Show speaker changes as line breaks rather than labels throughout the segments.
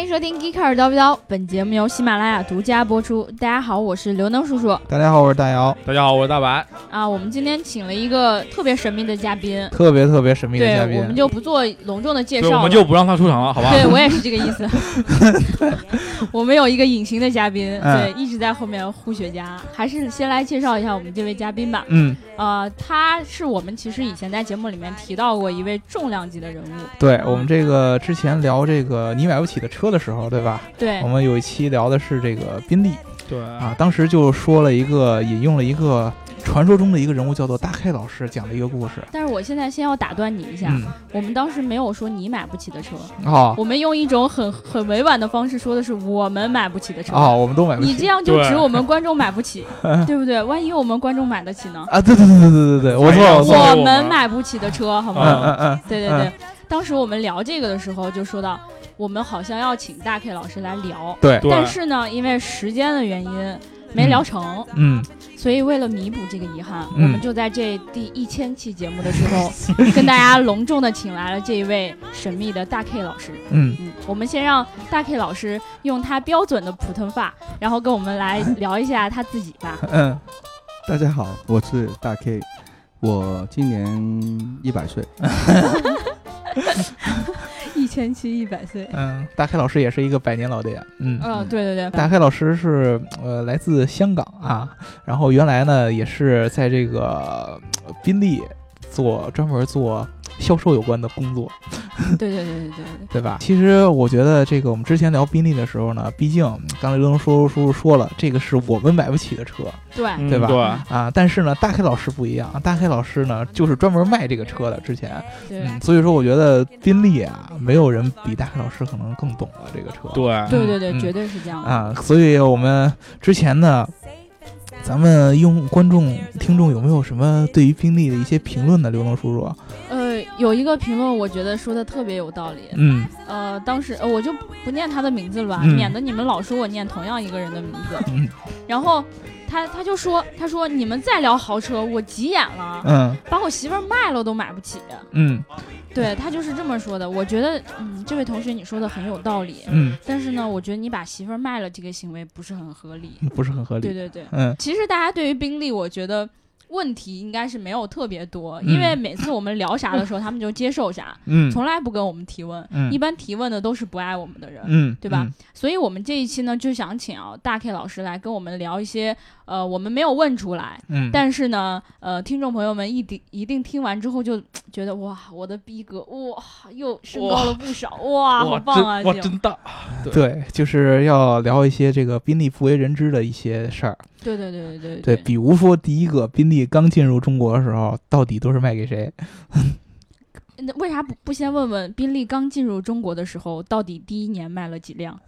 迎收听《Geeker 叨不叨》，本节目由喜马拉雅独家播出。大家好，我是刘能叔叔
大家好，我是大姚，
大家哦好，我是大白。
啊。我们今天请了一个特别神秘的嘉宾，
特别特别神秘的
对
嘉，
我们
宾。
就不做隆重的介
对，
绍了，
我们就不让他出场了，好吧？
对我也是这个意思。 我们有一个隐形的嘉宾，对，
嗯
一直在后面呼雪茄。还是先来介绍一下我们这位嘉宾吧。
嗯，
呃，他是我们其实以前在节目里面提到过一位重量级的人物，
对我们这个之前聊这个你买不起的车的时候，对吧？
对
我，们有一期聊的是这个宾利
对
啊，当时就说了一个引用了一个传说中的一个人物叫做大 K 老师讲的一个故事。
但是我现在先要打断你一下，
嗯，
我们当时没有说你买不起的车，
哦
我们用一种很很委婉的方式说的是我们买不起的车。
哦，我们都买不
你这
起
样就指
对
我们观众买不起， 对不对？万一我们观众买得起呢？
啊！对对对对对对对，我错哦了，我错了。
我
我
们
们买不起的车，好
嗯
吗？
嗯嗯，
对对对，当时我们聊这个的时候就说到，我们好像要请大 K 老师来聊，
对，
对
但是呢，因为时间的原因没聊成，
嗯，
所以为了弥补这个遗憾，
嗯
我们就在这第一千期节目的时 候，跟大家隆重的请来了这一位神秘的大 K 老师。
嗯，
嗯，我们先让大 K 老师用他标准的普通话，然后跟我们来聊一下他自己吧。
嗯，
大家好，我是大 K，我今年一百岁，
一千七一百岁。
嗯，大 K 老师也是一个百年老店，嗯
嗯，对对对，
大黑老师是呃来自香港啊，然后原来呢也是在这个呃宾利做专门做销售有关的工作，
对对对对对对，
对吧？其实我觉得这个我们之前聊宾利的时候呢，毕竟嗯刚才刘能叔叔说了，这个是我们买不起的车
对，
嗯
对吧
对，
啊，但是呢，大黑老师不一样，大黑老师呢就是专门卖这个车的，之前，
对
嗯，所以说我觉得宾利啊，没有人比大黑老师可能更懂了这个车，
对，
对对对，
嗯
绝对是这样的。
啊，所以我们之前呢，咱们用观众、听众有没有什么对于宾利的一些评论呢？刘能叔叔，
呃，有一个评论，我觉得说的特别有道理。
嗯，
呃，当时呃我就不念他的名字了吧，
嗯
免得你们老说我念同样一个人的名字。
嗯
然后他他就说，他说你们再聊豪车，我急眼了，
嗯
把我媳妇儿卖了都买不起。
嗯
对他就是这么说的。我觉得，嗯，这位同学你说的很有道理，
嗯，
但是呢，我觉得你把媳妇儿卖了这个行为不是很合理。
不是很合
对
理，
对对，
嗯
其实大家对于宾利，我觉得。问题应该是没有特别多，
嗯
因为每次我们聊啥的时候，他们就接受啥，
嗯
从来不跟我们提问。
嗯
一般提问的都是不爱我们的人，
嗯，
对吧？所以我们这一期呢，就想请啊大 K 老师来跟我们聊一些呃我们没有问出来，
嗯？嗯，
但是呢，呃，听众朋友们一定一定听完之后就觉得哇，我的逼格哇又升高了不少哇，好
哇，
棒啊！
真哇
这种
真大，
对，就是要聊一些这个宾利不为人知的一些事儿，
对对对对
对，比如说第一个，宾利刚进入中国的时候，到底都是卖给谁？
那为啥不不先问问宾利刚进入中国的时候，到底第一年卖了几辆？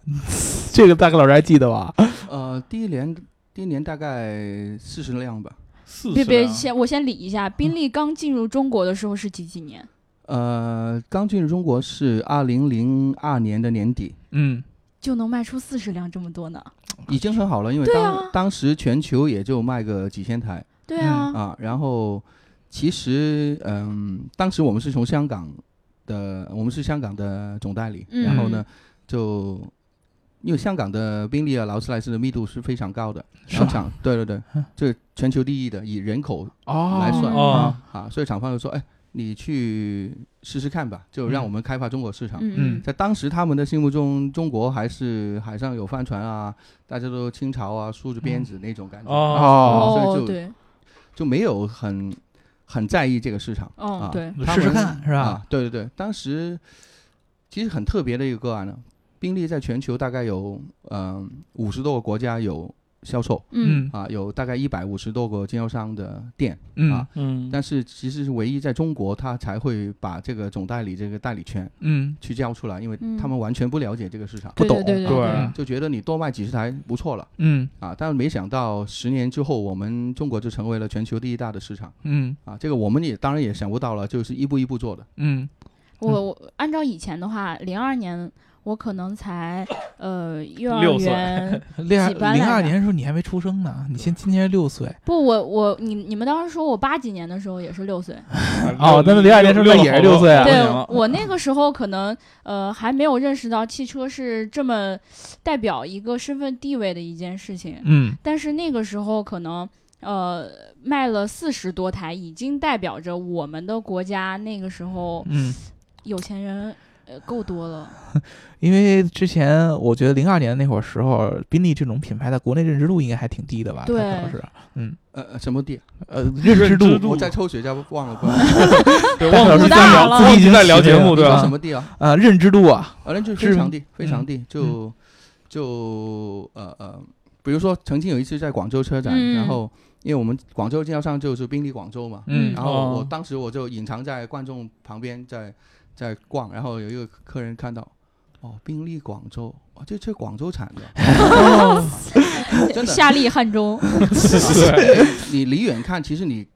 这个大概老师还记得吧？
呃，第一年第一年大概四十辆吧，
四
别
十
别
辆，
先我先理一下，宾利刚进入中国的时候是几几年？
呃，刚进入中国是二零零二年的年底，
嗯
就能卖出四十辆这么多呢？
已经很好了，因为
对
当、
啊
当时全球也就卖个几千台
对啊，
啊，然后其实嗯、当时我们是从香港的，我们是香港的总代理，
嗯
然后呢就。因为香港的宾利啊、劳斯莱斯的密度是非常高的，
是
市
吧嗯
场对对对，这全球第一的，以人口
哦
来算
哦
啊，所以厂方就说，哎，你去试试看吧，就让
嗯
我们开发中国市场。
嗯嗯
嗯
在当时他们的心目中，中国还是海上有帆船啊，大家都清朝啊，梳着辫子那种
嗯
感觉，
哦，
嗯哦，
所以
哦
就
对
就没有很很在意这个市场。
哦
啊
对，
他
试试
们
看是吧？
啊，对对对，当时其实很特别的一个个案呢、宾利在全球大概有嗯五十多个国家有销售
嗯
啊，有大概一百五十多个经销商的店。
嗯
啊
嗯，
但是其实是唯一在中国，他才会把这个总代理这个代理权
嗯
去交出来，因为
嗯
他们完全不了解这个市场，
不
对
懂
对对
对
对，
就觉得你多卖几十台不错了
嗯
啊。但是没想到十年之后，我们中国就成为了全球第一大的市场
嗯
啊。这个我们也当然也想不到了，就是一步一步做的。
嗯
我我按照以前的话，零二年我可能才呃幼儿
六岁
园
零
几班
零
来
二
着
年的时候你还没出生呢，你现今年六岁，
不，我我你你们当时说我八几年的时候也是六岁，
哦那么02年是不是也是六岁啊
对
了，
我那个时候可能呃还没有认识到汽车是这么代表一个身份地位的一件事情，
嗯，
但是那个时候可能呃卖了四十多台，已经代表着我们的国家那个时候
嗯，
有钱人呃够多了。
因为之前我觉得零二年那会儿时候，宾利这种品牌在国内认知度应该还挺低的吧？
对
它可能是，嗯，
呃呃什么地？
呃，认知度
认知度
我在抽雪茄，忘了不知道
对，
大
忘
老
记
师
在
大
聊，
了
自
忘
己已
记
经
在聊节目，
起
哦对
你说什
吧？
么地啊？
啊，认知度啊，
啊，那就是
是
非常地，非常地，就
嗯
就呃呃，比如说曾经有一次在广州车展，
嗯
然后因为我们广州经销商就是宾利广州嘛，
嗯
然后我
哦
当时我就隐藏在观众旁边在在逛，然后有一个客人看到，哦，宾利广州，哦，这这广州产的， 真的，
夏利汉中，
对，
你离远看，其实你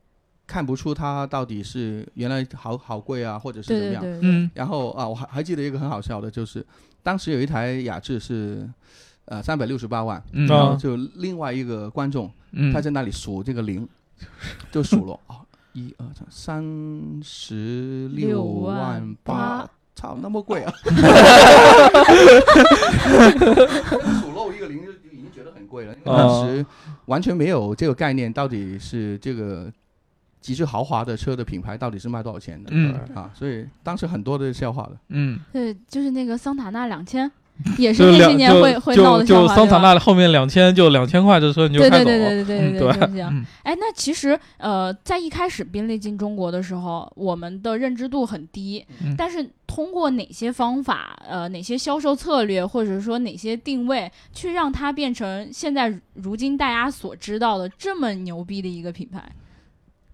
看不出它到底是原来好好贵啊，或者是
对
怎么
对
样。
对，对
嗯
然后啊，我还还记得一个很好笑的，就是当时有一台雅致是。呃，三百六十八万，
嗯
然后
啊
就另外一个观众，
嗯，
他在那里数这个零，就数了啊，一二三，三十
六
万
八
八，操，那么贵 啊！数漏一个零就已经觉得很贵了，因为当
哦
时完全没有这个概念，到底是这个极致豪华的车的品牌到底是卖多少钱的？
嗯
啊，所以当时很多的笑话的。
嗯，
对，就是那个桑塔纳两千，也是
就
那些
两
年会
就
会闹
就
的笑
就
话。
桑塔
对吧
纳后面两千就两千块这车你就
对
看
对
走
对
了，
对对
嗯
对就是这样。
嗯
哎，那其实呃，在一开始宾利进中国的时候，我们的认知度很低，
嗯
但是通过哪些方法，呃，哪些销售策略，或者说哪些定位，去让它变成现在如今大家所知道的这么牛逼的一个品牌？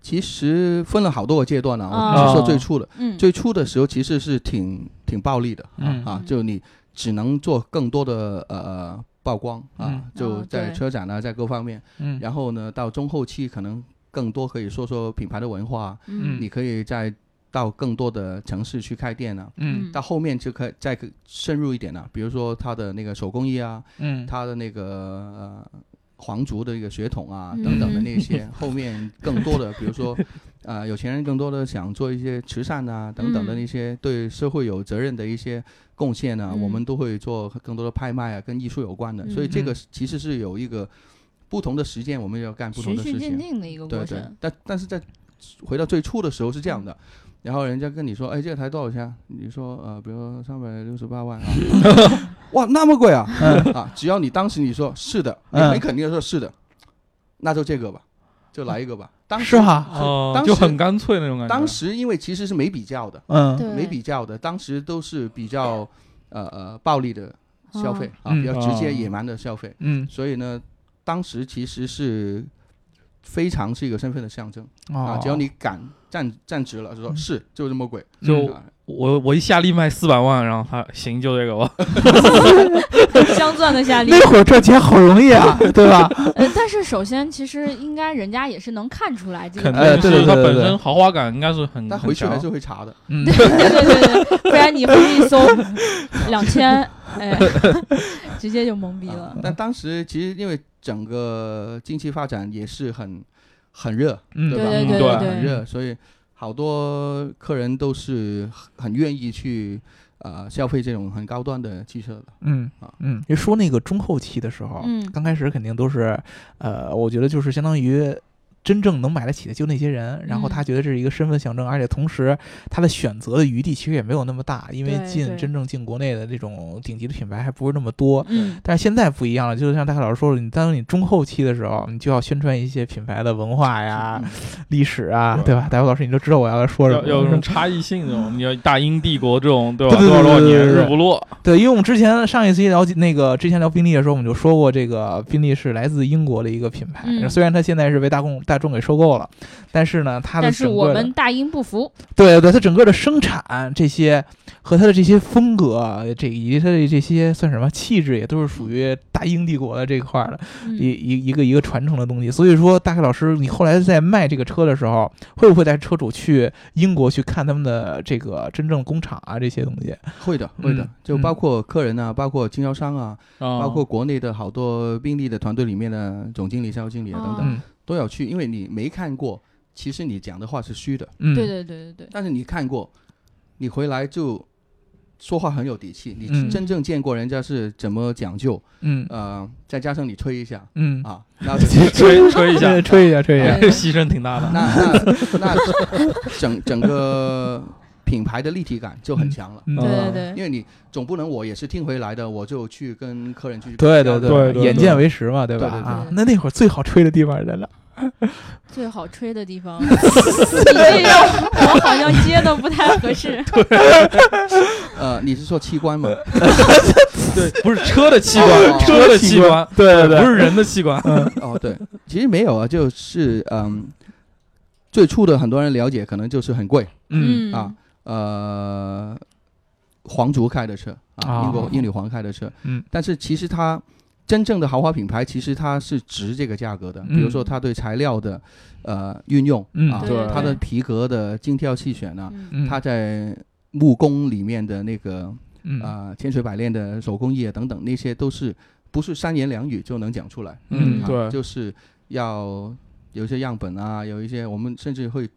其实分了好多个阶段呢、
啊
我只是
哦
说最初的，
嗯，
最初的时候其实是挺挺暴力的，
嗯
啊
嗯，
就你只能做更多的呃曝光啊
嗯，
就
哦
在
对
车展啊，在各方面。
嗯
然后呢，到中后期可能更多可以说说品牌的文化，
嗯
你可以再到更多的城市去开店啊。
嗯
到后面就可以再可深入一点了、比如说它的那个手工艺啊，
嗯，
它的那个呃皇族的一个血统啊
嗯
等等的 那些，后面更多的，比如说， 呃，有钱人更多的想做一些慈善啊等等
嗯
的那些对社会有责任的一些贡献啊，
嗯
我们都会做更多的拍卖啊，跟艺术有关的，
嗯
所以这个其实是有一个不同的时间，我们要干不同
循
的
序
事
渐
情。
进的一个
对
过
对
程。，
但但是在回到最初的时候是这样的，然后人家跟你说，哎，这个台多少钱？你说呃，比如说三百六十八万啊，哇，那么贵啊啊！只要你当时你说是的，你
嗯
很肯定的说是的，那就这个吧，就来一个吧。当时
是哈，
哦
当，时
就很干脆那种感觉。
当时因为其实是没比较的，
嗯
对
没比较的，当时都是比较呃呃暴力的消费啊，
嗯
比较直接
哦
野蛮的消费，
嗯
所以呢，当时其实是非常是一个身份的象征。啊，
哦，
只要你敢站站直了，就说
嗯
是就这么贵，
就
啊
我我一下力卖四百万，然后他行就这个吧，
嗯 镶钻的夏利，
那会儿赚钱好容易 啊，对吧？
呃，但是首先其实应该人家也是能看出来这个
肯
品
呃
牌，
定
对对
是它
对对
本
对
身豪华感应该是很
但
嗯很
回去还
强。
是会查的。
嗯
对对对对，不然你回去一搜两千，哎，直接就懵逼
啊
了。
但当时其实因为整个经济发展也是很很热，
嗯
吧？
对
对对
啊
对
对
很热，所以好多客人都是很很愿意去呃消费这种很高端的 汽车的。
嗯
啊
嗯，就说那个中后期的时候，
嗯
刚开始肯定都是，呃，我觉得就是相当于真正能买得起的就那些人，然后
嗯
他觉得这是一个身份象征，而且同时他的选择的余地其实也没有那么大，因为
对
进
对
真正进国内的这种顶级的品牌还不是那么多。
嗯，
但是现在不一样了，就像大凯老师说的，你当你中后期的时候，你就要宣传一些品牌的文化呀、历史啊，对吧？大夫老师，你都知道我要说什
要
么，
嗯要有 什么差异性这种，你要大英帝国这种，对吧？
对对
多
对
少多少
对对
年
对对
日不落，
对，因为我们之前上一期聊那个之前聊宾利的时候，我们就说过，这个宾利是来自英国的一个品牌，
嗯
虽然它现在是被大众大众给收购了，但是呢，它的
但是
整
我
个的
们大英不服，
对对对，它整个的生产这些和它的这些风格，这以及它的这些算什么气质，也都是属于大英帝国的这块儿的一
嗯，
一一个一个传承的东西。所以说，大概老师，你后来在卖这个车的时候，会不会带车主去英国去看他们的这个真正工厂啊这些东西？
会的，会的
嗯，
就包括客人啊，包括经销商啊，
包
包括国内的好多宾利的团队里面的总经理、销售经理啊等
哦
等，
嗯
都要去，因为你没看过，其实你讲的话是虚的，
嗯，
对对对对对，
但是你看过，你回来就说话很有底气，你
嗯
真正见过人家是怎么讲究，
嗯
呃，再加上你吹一下
嗯，
啊，那
吹吹一下，
对吹一下，吹一下，
对
哎牺牲挺大 的。
那那那整整个品牌的立体感就很强了。
嗯
对
嗯
对对
因为你总不能我也是听回来的，我就去跟客人去
对对
交流
对对
眼见为实嘛，对吧？
对对对
啊，那那会儿最好吹的地方在哪？
最好吹的地方，你这个我好像接的不太合适，
呃，你是说器官吗？
对，不是车的器官，
哦
车的器 官，
对对
不是人的器官。
哦，对，其实没有啊，就是嗯，最初的很多人了解可能就是很贵，
嗯
啊，呃，皇族开的车啊，
哦
英国英女皇开的车，
嗯，
但是其实它真正的豪华品牌，其实它是值这个价格的，
嗯
比如说它对材料的呃运用
嗯
啊，
对
它的
对
皮革的精挑细选啊，
嗯
嗯，
它在木工里面的那个
嗯
呃千锤百炼的手工艺啊等等，那些都是不是三言两语就能讲出来。
嗯，
嗯
啊
对，
就是要有一些样本啊，有一些我们甚至会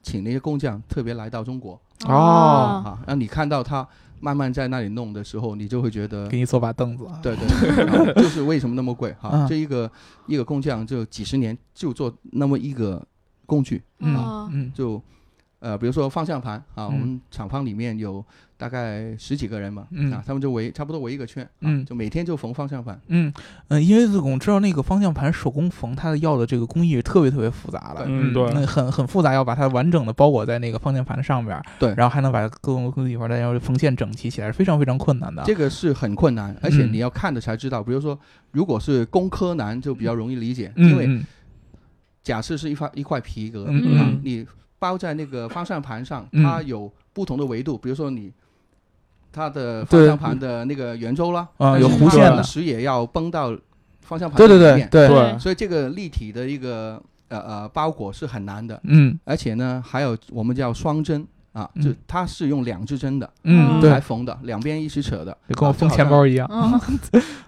请那些工匠特别来到中国
哦
啊，让你看到他慢慢在那里弄的时候，你就会觉得
给。你做把凳子啊，
对对，对然后就是为什么那么贵哈、
啊
这一个一个工匠就几十年就做那么一个工具，
嗯
哦
嗯
就呃，比如说方向盘啊，我
嗯
们厂房里面有大概十几个人嘛，
嗯
啊，他们就围差不多围一个圈，啊、
嗯
就每天就缝方向盘，
嗯嗯，因为我们知道那个方向盘手工缝，它的要的这个工艺是特别特别复杂的，
嗯对
那很很复杂，要把它完整的包裹在那个方向盘上边儿，
对
然后还能把各种各个地方再要缝线整齐起来，是非常非常困难的。
这个是很困难，而且
嗯
你要看的才知道。比如说，如果是工科男就比较容易理解，因为
嗯
假设是一块一块皮革，
嗯
嗯
啊，你包在那个方向盘上，
嗯
它有不同的维度，比如说你。它的
对
方向盘的那个圆周啦，
啊
但是
有
它
弧线的
同时也要崩到方向盘
对对
里
对
面
对，
对
所以这个立体的一个呃呃包裹是很难的，
嗯
而且呢，还有我们叫双针啊，
嗯
就它是用两支针的
嗯
嗯
来
对，
缝的，两边一起 扯的，
就跟我
啊
封
就好
钱包一样。
嗯，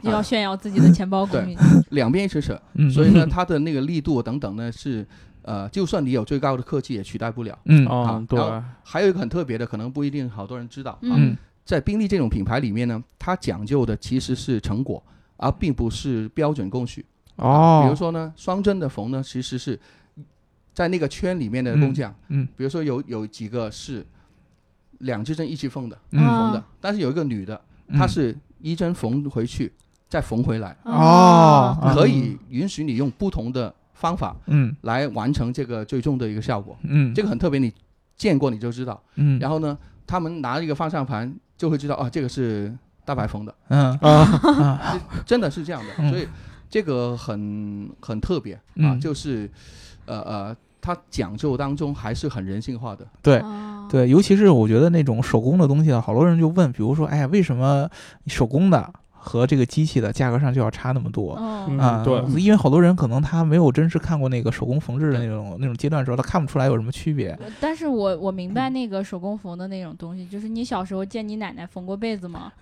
又要炫耀自己的钱包功力，
像两边一起扯，
嗯，
所以呢，它的那个力度等等呢是，呃，就算你有最高的科技也取代不了。
嗯
哦
啊，
对，
然还有一个很特别的，可能不一定好多人知道，啊
嗯
嗯
在宾利这种品牌里面呢，它讲究的其实是成果，而并不是标准工序。
哦，
比如说呢，双针的缝呢，其实是在那个圈里面的工匠，
嗯
比如说有有几个是两支针一起缝的，
嗯
缝的，但是有一个女的，
嗯
她是一针缝回去，再缝回来，
嗯
哦啊
可以允许你用不同的方法。
嗯
来完成这个最终的一个效果。
嗯
这个很特别，你见过你就知道。
嗯
然后呢，他们拿一个方向盘就会知道啊，这个是大白缝的，
嗯
啊，
啊
真的是这样的。
嗯
所以这个很很特别啊，
嗯
就是呃呃，它讲究当中还是很人性化的。
对， 对，尤其是我觉得那种手工的东西啊，好多人就问，比如说，哎呀，为什么手工的和这个机器的价格上就要差那么多？
哦
嗯
啊、
对
因为好多人可能他没有真实看过那个手工缝制的那种那种阶段的时候，他看不出来有什么区别。
但是我我明白那个手工缝的那种东西，就是你小时候见你奶奶缝过被子 吗？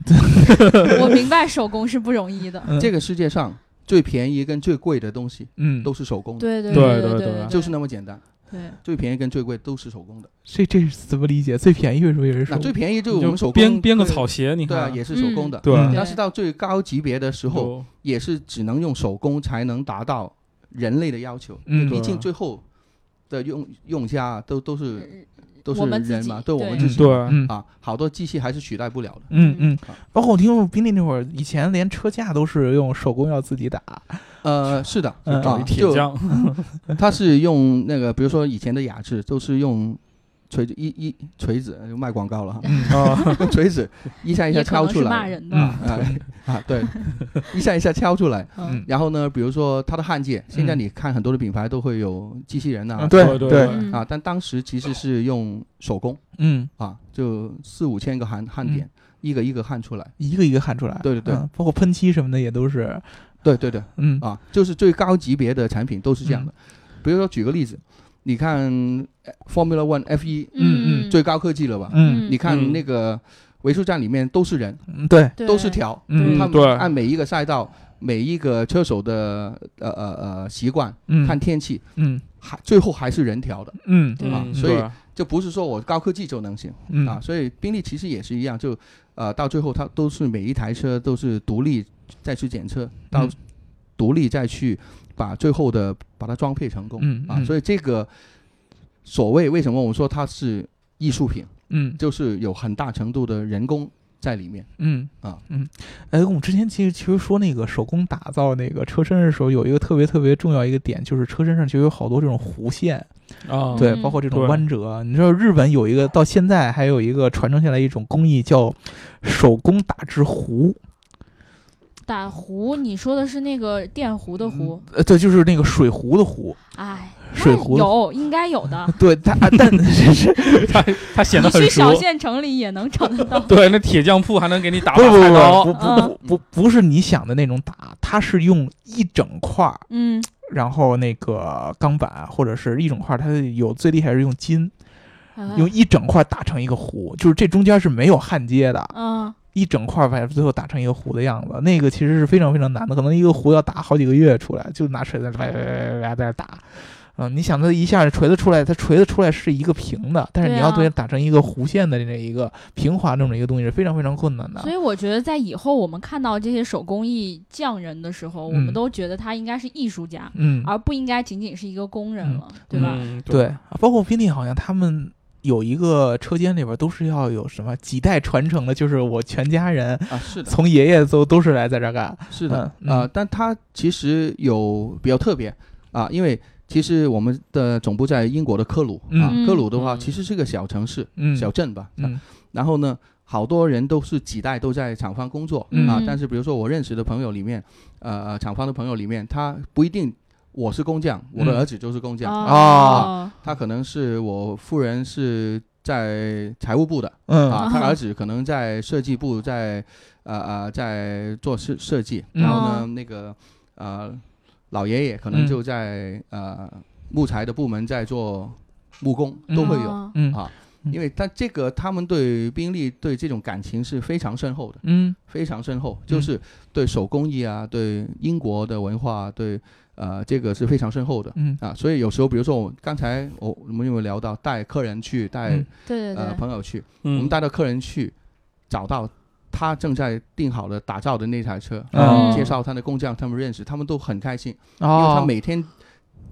我明白手工是不容易的，
嗯
这个世界上最便宜跟最贵的东西
嗯，
都是手工的，
对
啊
对
对
对
对对
对，
就是那呃么简单。
对，
最便宜跟最贵都是手工的，
这这是怎么理解？最便宜为什么有人
那
说？
最便宜就
就
我们手工
编编个
对
草鞋，你
对啊，
看，
也是手工的。
对
嗯
但是到最高级别的时候，
就
也是只能用手工才能达到人类的要求，
嗯
因为毕竟
对
最后的用用家都都是都
我
是
们自
人
己
嘛，对我们
对
自
嗯
己
对，
嗯
啊，好多机器还是取代不了的。
嗯嗯
好，
包括我听说宾利那会儿，以前连车架都是用手工要自己打。
呃，是的，
嗯
啊
铁
就
匠，
它是用那个，比如说以前的雅致都是用锤子一一锤子就卖广告了哈，
啊，
用锤子一下一下
也可
敲
能
出
是骂
来，
人的，
嗯
啊啊对，一下一下敲出来。
嗯
然后呢，比如说它的焊接，现在
嗯
你看很多的品牌都会有机器人啊，
嗯对
对
对
嗯
啊，但当时其实是用手工
嗯，
啊，就四五千个焊焊点，一个一个焊出来。
一个一个喊出来，
对对对
嗯包括喷漆什么的也都是，
对对对，
嗯
啊，就是最高级别的产品都是这样的。比如说举个例子，你看呃 Formula One F 一
嗯
嗯，
最高科技了吧？
嗯
你看
嗯
那个维修站里面都是人，
嗯，对，
对
都是条，
嗯
他
对
们按每一个赛道、每一个车手的呃呃呃习惯，
嗯，
看天气，
嗯
还最后还是人调的，
嗯
对
啊
嗯
所以
对
就不是说我高科技就能行
嗯
啊。所以宾利其实也是一样，就呃到最后它都是每一台车都是独立再去检测，到
嗯
独立再去把最后的把它装配成功
嗯
啊。所
以
以这个所谓为什么我们说它是艺术品，
嗯
就是有很大程度的人工在 里面。
嗯
啊
嗯，哎，我们之前其实其实说那个手工打造那个车身的时候，有一个特别特别重要一个点，就是车身上就有好多这种弧线，
哦
啊，
对，
嗯
包括这种
对
弯折。你知道日本有一个到现在还有一个传承下来一种工艺叫手工打制壶，
打壶，你说的是那个电壶的壶，
嗯
呃，对，就是那个水壶的壶，
哎，
水
那
壶的，
有应该有的
对它，啊但是是
他他显得
你
很
去
熟。
小，县城里也能找得到
对，那铁匠铺还能给你打
不
把菜
不
刀，
不
嗯
不不不不不是你想的那种打，它是用一整块儿，
嗯，
然后那个钢板或者是一整块儿，它有最厉害是用金，
啊
用一整块儿打成一个弧，就是这中间是没有焊接的，
嗯，
一整块儿把最后打成一个弧的样子，那个其实是非常非常难的，可能一个弧要打好几个月出来，就拿锤子来来来来来在那打。嗯、你想它一下锤子出来，它锤子出来是一个平的，但是
对
你要
啊
对它打成一个弧线的这一个平滑这么一个东西是非常非常困难的。
所以我觉得在以后我们看到这些手工艺匠人的时候，我
嗯
们都觉得他应该是艺术家，
嗯，
而不应该仅仅是一个工人
嗯
了，对吧？
嗯
对，包括宾利好像他们有一个车间里边都是要有什么几代传承的，就是我全家人
啊，是的，
从爷爷都都是来在这儿干。
是的，
嗯
啊、
嗯
但它其实有比较特别啊、因为其实我们的总部在英国的科鲁啊，
嗯
科鲁的话
嗯
其实是个小城市、
嗯，
小镇吧、啊
嗯
然后呢，好多人都是几代都在厂房工作、
嗯
啊，但是比如说我认识的朋友里面，呃，呃厂房的朋友里面，他不一定我是工匠，我的
嗯
儿子就是工匠，
哦，
他可能是我夫人是。在财务部的
嗯
啊，他儿子可能在设计部，在呃呃在做设设计，
嗯
然后呢，
哦
那个呃，老爷爷可能
嗯
就在、呃木材的部门在做木工，
嗯
都会有、
有
嗯
啊。
嗯
因为但这个他们对宾利对这种感情是非常深厚的，
嗯
非常深厚，就是对手工艺啊，对英国的文化，对呃这个是非常深厚的。
嗯
啊，所以有时候，比如说我刚才我我们有没有聊到带客人去，带、
嗯
对对
呃
对，
朋友去，我
嗯
们带到客人去找到他正在定好的打造的那台车，
嗯
介绍他的工匠，他们认识，他们都很开心，因为
哦，
他每天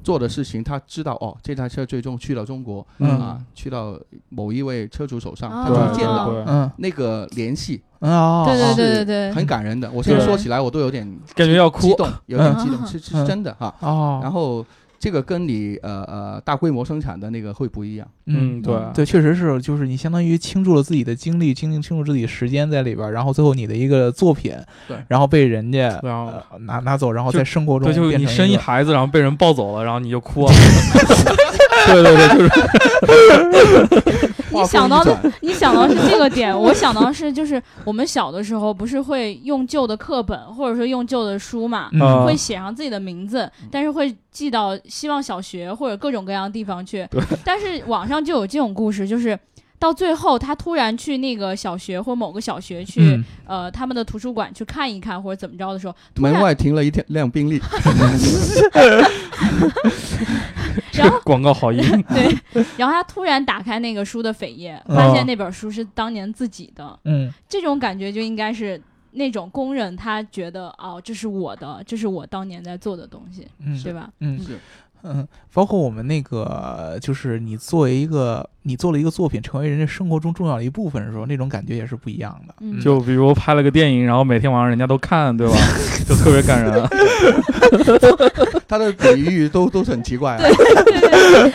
做的事情，他知道哦，这台车最终去了中国、
嗯
啊，去到某一位车主手上，
哦
他
对
就
啊
会
对
见到。
对
嗯
那个联系
嗯哦，
对对
哦
对对
是
对，
很感人的，我现在
对
说起来我都有点
感觉要
激
哭，
动，有点
嗯
激动，是是
嗯
真的哈。
哦，
然后这个跟你呃呃大规模生产的那个会不一样，
嗯
嗯对
对，确实是，就是你相当于倾注了自己的精力，倾倾注自己的时间在里边儿，然后最后你的一个作品，
对
然后被人家
然后
呃拿拿走，然后
就
在生活中
对，就是
变
你
成
生
一
一
个
孩子，然后被人抱走了，然后你就哭了。对对对，就是
你想到的，你想到是这个点，我想到是就是我们小的时候不是会用旧的课本或者说用旧的书嘛，
嗯
啊
会写上自己的名字，
嗯
但是会寄到希望小学或者各种各样的地方去
对。
但是网上就有这种故事，就是到最后他突然去那个小学或某个小学去、
嗯
呃他们的图书馆去看一看或者怎么着的时候，
门外停了一辆辆宾利，
然 后嗯
广告 好硬，
对，然后他突然打开那个书的扉页，发现那本书是当年自己的，
嗯
这种感觉就应该是。那种工人，他觉得哦，这是我的，这是我当年在做的东西，
嗯
对吧？
嗯
是
嗯， 包括我们那个，就是你作为一个，你做了一个作品，成为人家生活中重要的一部分的时候，那种感觉也是不一样的。
嗯
就比如拍了个电影，然后每天晚上人家都看， 对吧？就特别感人。啊
他的比喻都都是很奇怪啊。
对对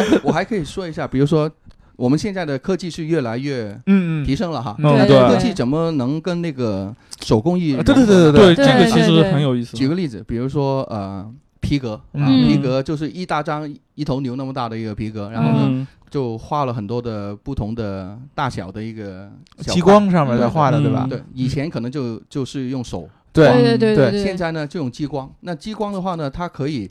对，
我还可以说一下，比如说我们现在的科技是越来越
嗯
提升了哈，
对
嗯，
对
科
对
哎技怎么能跟那个手工艺
啊
融合呢？
对对
对，
对
对
这个其
对
实
对
很有意思。
举个例子，比如说呃皮革啊，
嗯
皮革就是一大张一头牛那么大的一个皮革，然后呢
嗯，
就画了很多的不同的大小的一个小
极
块。
光上面来画的，对吧
嗯？
对，以前可能就就是用手，
对，
对对
对
对，
现在呢就用激光。那激光的话呢，它可以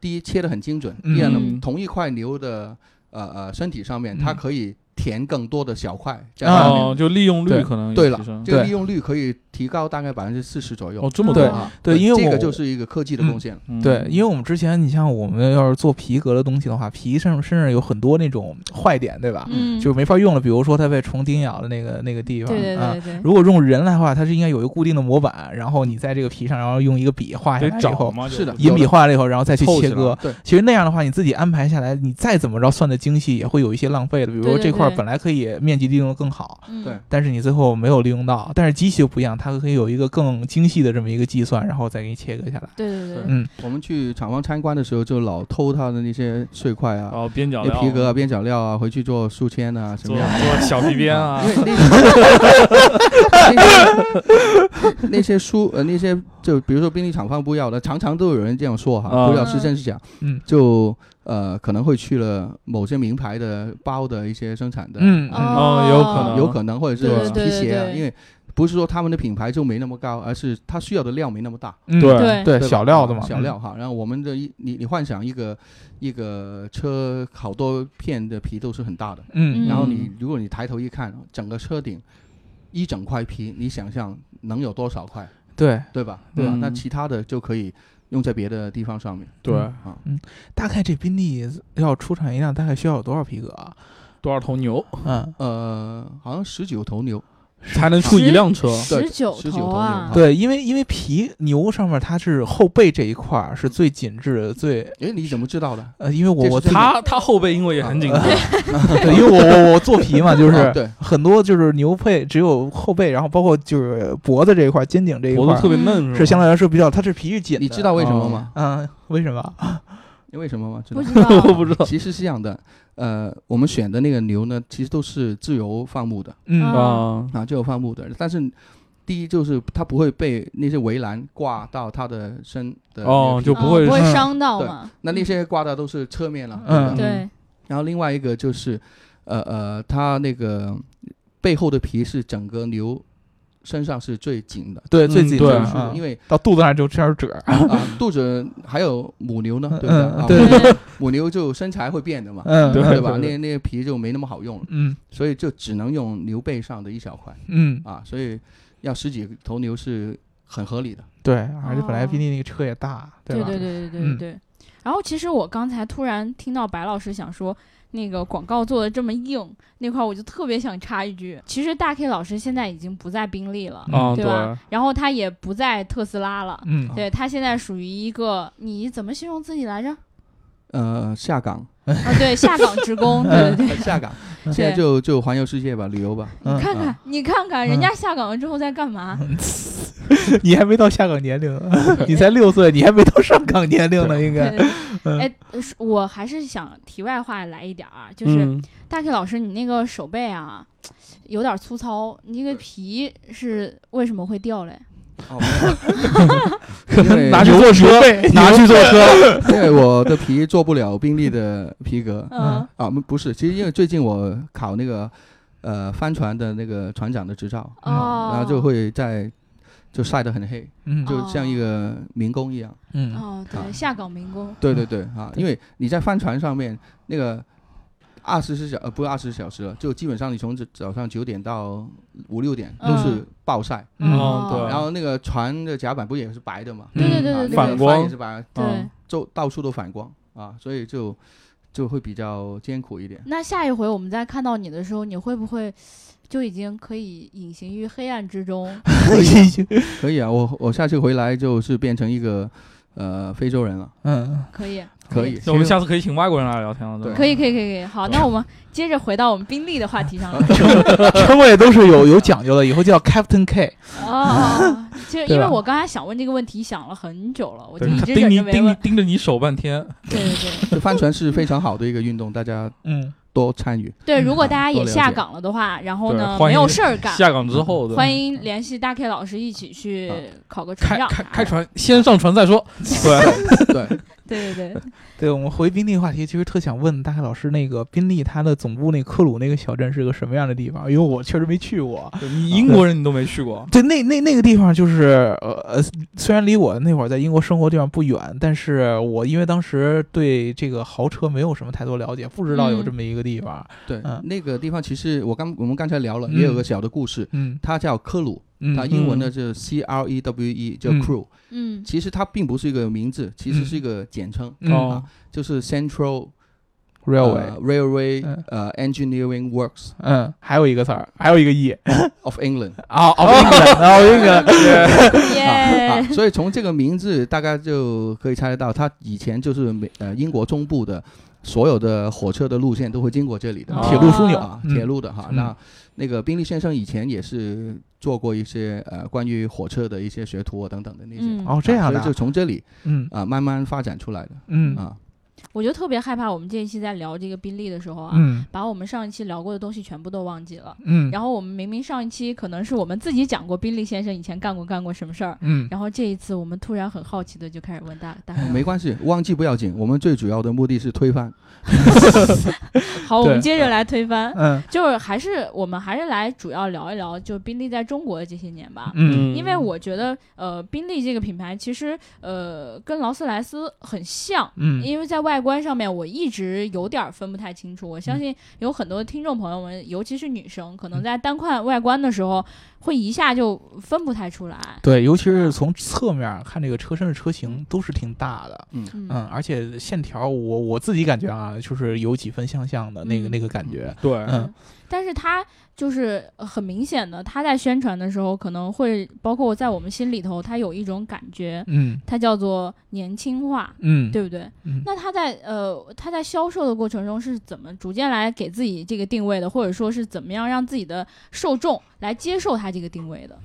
第一切得很精准，
嗯
第二呢，
嗯
同一块牛的呃呃身体上面，
嗯
它可以填更多的小块在上面。
哦，就利用率
对
可能
对
有
了
提升，
这个
对
利用率可以提高大概百分之四十左右
哦，。这么
对
多
啊
啊，
对因为
这个
我
就是一个科技的贡献了。
嗯
对，因为我们之前，你像我们要是做皮革的东西的话，皮上身上有很多那种坏点，对吧？
嗯，
就没法用了，比如说它被虫叮咬的那个那个地方
对对
啊
对。对，
如果用人来画，它是应该有一个固定的模板，然后你在这个皮上，然后用一个笔画下
得
来以
找
后，
嘛，就是
的
银笔画了以后，然后再去
凑起
切割
来。
对
其实那样的话，你自己安排下来，你再怎么着算的精细，也会有一些浪费的。比如说
对对
这块
对
本来可以面积利用的更好，
嗯
对
但是你最后没有利用到。但是机器就不一样，它可以有一个更精细的这么一个计算，然后再给你切割下来。
对对对
是
对，
嗯，
我们去厂房参观的时候，就老偷它的那些碎块 啊、
哦，边角
那
料
皮革啊、边角料啊，回去做书签啊什
做
么样的。
做小皮鞭啊
因，为那个 那些那些书呃那些就比如说便利厂放布料的，常常都有人这样说哈，
啊
布料是真是假，
嗯
就呃可能会去了某些名牌的包的一些生产的，
嗯
哦
哦，有可
啊
能，
有可能或者是说
对
对
皮鞋啊，
对对
因为不是说他们的品牌就没那么高，而是它需要的量没那么大，
嗯
对
对
对
对吧啊嗯
小料的嘛，
小料哈。然后我们的一你你幻想一个一个车好多片的皮都是很大的，
嗯，嗯，
然后你如果你抬头一看，整个车顶一整块皮，你想象能有多少块，
对，
对吧？对吧？
嗯
那其他的就可以用在别的地方上面
对
啊。
大概这宾利要出产一辆，大概需要有多少皮革啊？
多少头牛
嗯，
呃，好像十九头牛，
才能出一辆车？
对
十九
19头
啊
牛，
对，因为因为皮牛上面它是后背这一块儿是最紧致的，最
诶，你怎么知道的？
呃，因为我
这是
我
最
自己
他他后背因为也很紧张，
对，因为我我我做皮嘛，就
啊
是
对，
很多就是牛配只有后背，然后包括就是脖子这一块、肩颈这一
脖
块
子特别嫩，
是相
吧？
对来说比较，它是皮是紧的。
你知道为什么吗？
嗯，为什么？
因为什么吗？知道
不。知道
我不知道
其实是这样的，呃，我们选的那个牛呢，其实都是自由放牧的
嗯
啊
啊，
啊，自由放牧的。但是第一就是它不会被那些围栏挂到它的身的那个
哦
皮
就
啊
不会
不会
是
伤到
对
嘛？
那那些挂的都是侧面了，
嗯
吧
嗯对
然后另外一个就是，呃呃，它那个背后的皮是整个牛身上是最紧的，
嗯
对，最紧
对
的
就是
嗯
因为
到肚子上就这样褶儿。
啊、肚子还有母牛呢，对不对？
嗯
啊，
对
对
母牛就身材会变的嘛，
嗯，
对
对
嗯
吧？那那些皮就没那么好用了，
嗯
所以就只能用牛背上的一小块
嗯，
啊，所以要十几头牛是很合理的。
对，而且本来
哦
宾利那个车也大，
对
吧？
对对对对对对。然后其实我刚才突然听到白老师想说那个广告做的这么硬那块，我就特别想插一句，其实大 K 老师现在已经不在宾利了，
啊，
对
对，
吧？然后他也不在特斯拉了，
嗯，
对他现在属于一个你怎么形容自己来着？
呃，下岗，
啊，对，下岗职工，对对对。
呃下岗， 现在就就环游世界吧，旅游吧。
你
嗯
看看
啊，
你看看，人家下岗了之后在干嘛？
你还没到下岗年龄，你才六岁，你还没到上岗年龄呢，应
对
该。
对
嗯
对哎，是我还是想题外话来一点儿啊，就是、
嗯
大 K 老师，你那个手背啊，有点粗糙，你那个皮是为什么会掉嘞？
哦，
可
因
能
为
拿去做车，
拿去做车，
因为我的皮做不了宾利的皮 革，
嗯，
啊，不不是，其实因为最近我考那个呃帆船的那个船长的执照，
嗯
哦，
然后就会在就晒得很黑，
嗯
哦
就像一个民工一样。
嗯，
哦，对，下岗民工，
对
嗯
对对啊，
对
因为你在帆船上面那个。二十四小呃不是二十小时了，就基本上你从早上九点到五六点都是暴晒，
嗯
哦，
对啊嗯
然后那个船的甲板不也是白的嘛，
对对对对
啊那
对
个
反光
帆也是白，
对
嗯。
就到处都反光啊，所以就就会比较艰苦一点。
那下一回我们再看到你的时候，你会不会就已经可以隐形于黑暗之中？
可以啊，我我下次回来就是变成一个呃非洲人了，
嗯，
可以，
可以。
那 我们下次可以请外国人来聊天了，对吧
可以，可以，可以，可以。好，那我们接着回到我们宾利的话题上来。
称谓都是有有讲究的，以后叫 Captain K。
哦，其实
对
因为
吧
我刚才想问这个问题，想了很久了，我就
对
一
他
直
盯
忍
你
着没
盯你
问。
盯着你手半天，
对对对，
帆船是非常好的一个运动，大家
嗯，
多参与。
对，如果
啊
大家
多
也
了
下
解
岗了的话，然后
对
呢
欢
没有
迎
事儿干，
下岗之后的，
欢迎联系大 K 老师一起去
啊
考个
开
船长
开
啥
开
的。
船，先上船再说。 对，
对，
对对对，
对我们回宾利话题，其实特想问大凯老师，那个宾利它的总部那克鲁那个小镇是个什么样的地方？因为我确实没去过。
对你英国人你都没去过，
对，那那那个地方就是呃呃，虽然离我那会儿在英国生活地方不远，但是我因为当时对这个豪车没有什么太多了解，不知道有
嗯
这么一个地方。
对，
嗯
那个地方其实我刚我们刚才聊了，
嗯
也有个小的故事，
嗯
它叫科鲁，
嗯，
它英文呢是 C R E W E，叫
嗯
crew。
嗯
其实它并不是一个名字，其实是一个简称，啊
嗯
哦
就是 Central 呃
railway，
Railway
嗯
呃 Engineering Works
嗯，还有一个词儿，还有一个 e，
of England
啊，哦，哦，英 格兰，
啊
耶，，
所以从这个名字大家就可以猜得到，它以前就是美呃英国中部的所有的火车的路线都会经过这里的
哦
铁路枢纽
啊，
嗯
铁路的哈。
嗯
那那个宾利先生以前也是做过一些呃关于火车的一些学徒啊等等的那些，
嗯，
哦，这样
啊所以就
的，
从这里
嗯
啊、慢慢发展出来的
嗯
啊。
我就特别害怕我们这一期在聊这个宾利的时候啊，
嗯
把我们上一期聊过的东西全部都忘记了。
嗯
然后我们明明上一期可能是我们自己讲过宾利先生以前干过干过什么事儿，
嗯，
然后这一次我们突然很好奇的就开始问大大家，
没关系，忘记不要紧，我们最主要的目的是推翻。
好，我们
对
接着来推翻，
嗯
就是还是我们还是来主要聊一聊，就宾利在中国的这些年吧。
嗯
因为我觉得，呃，宾利这个品牌其实，呃，跟劳斯莱斯很像，
嗯
因为在外观上面，我一直有点儿分不太清楚。我
嗯
相信有很多听众朋友们，尤其是女生，可能在单看外观的时候，会一下就分不太出来。
对，尤其是从侧面看这个车身的车型都是挺大的，
嗯，
嗯，而且线条我我自己感觉啊，就是有几分相像的那个
嗯
那个感觉，
对，
嗯
但是它就是呃很明显的，它在宣传的时候，可能会包括在我们心里头，它有一种感觉，
嗯
它叫做年轻化。
嗯，
对不对？
嗯
那他在呃他在销售的过程中是怎么逐渐来给自己这个定位的，或者说是怎么样让自己的受众来接受他这个定位的？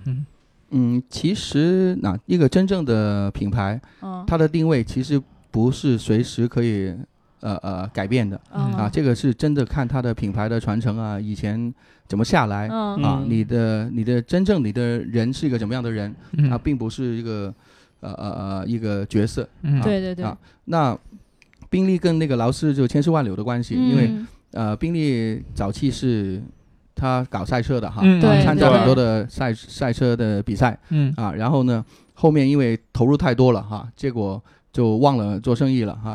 嗯，其实那、一个真正的品牌，
嗯
它的定位其实不是随时可以呃呃改变的
嗯
啊，这个是真的看它的品牌的传承啊，以前怎么下来、
嗯
啊
嗯，
你的你的真正你的人是一个怎么样的人、
嗯
啊，并不是一个呃呃呃一个角色。
嗯
对对对，
啊那宾利跟那个劳斯就千丝万缕的关系，因为
嗯
呃宾利早期是他搞赛车的哈，
嗯
对
参加
对
很多的赛赛车的比赛，
嗯
啊，然后呢，后面因为投入太多了哈、结果就忘了做生意了哈、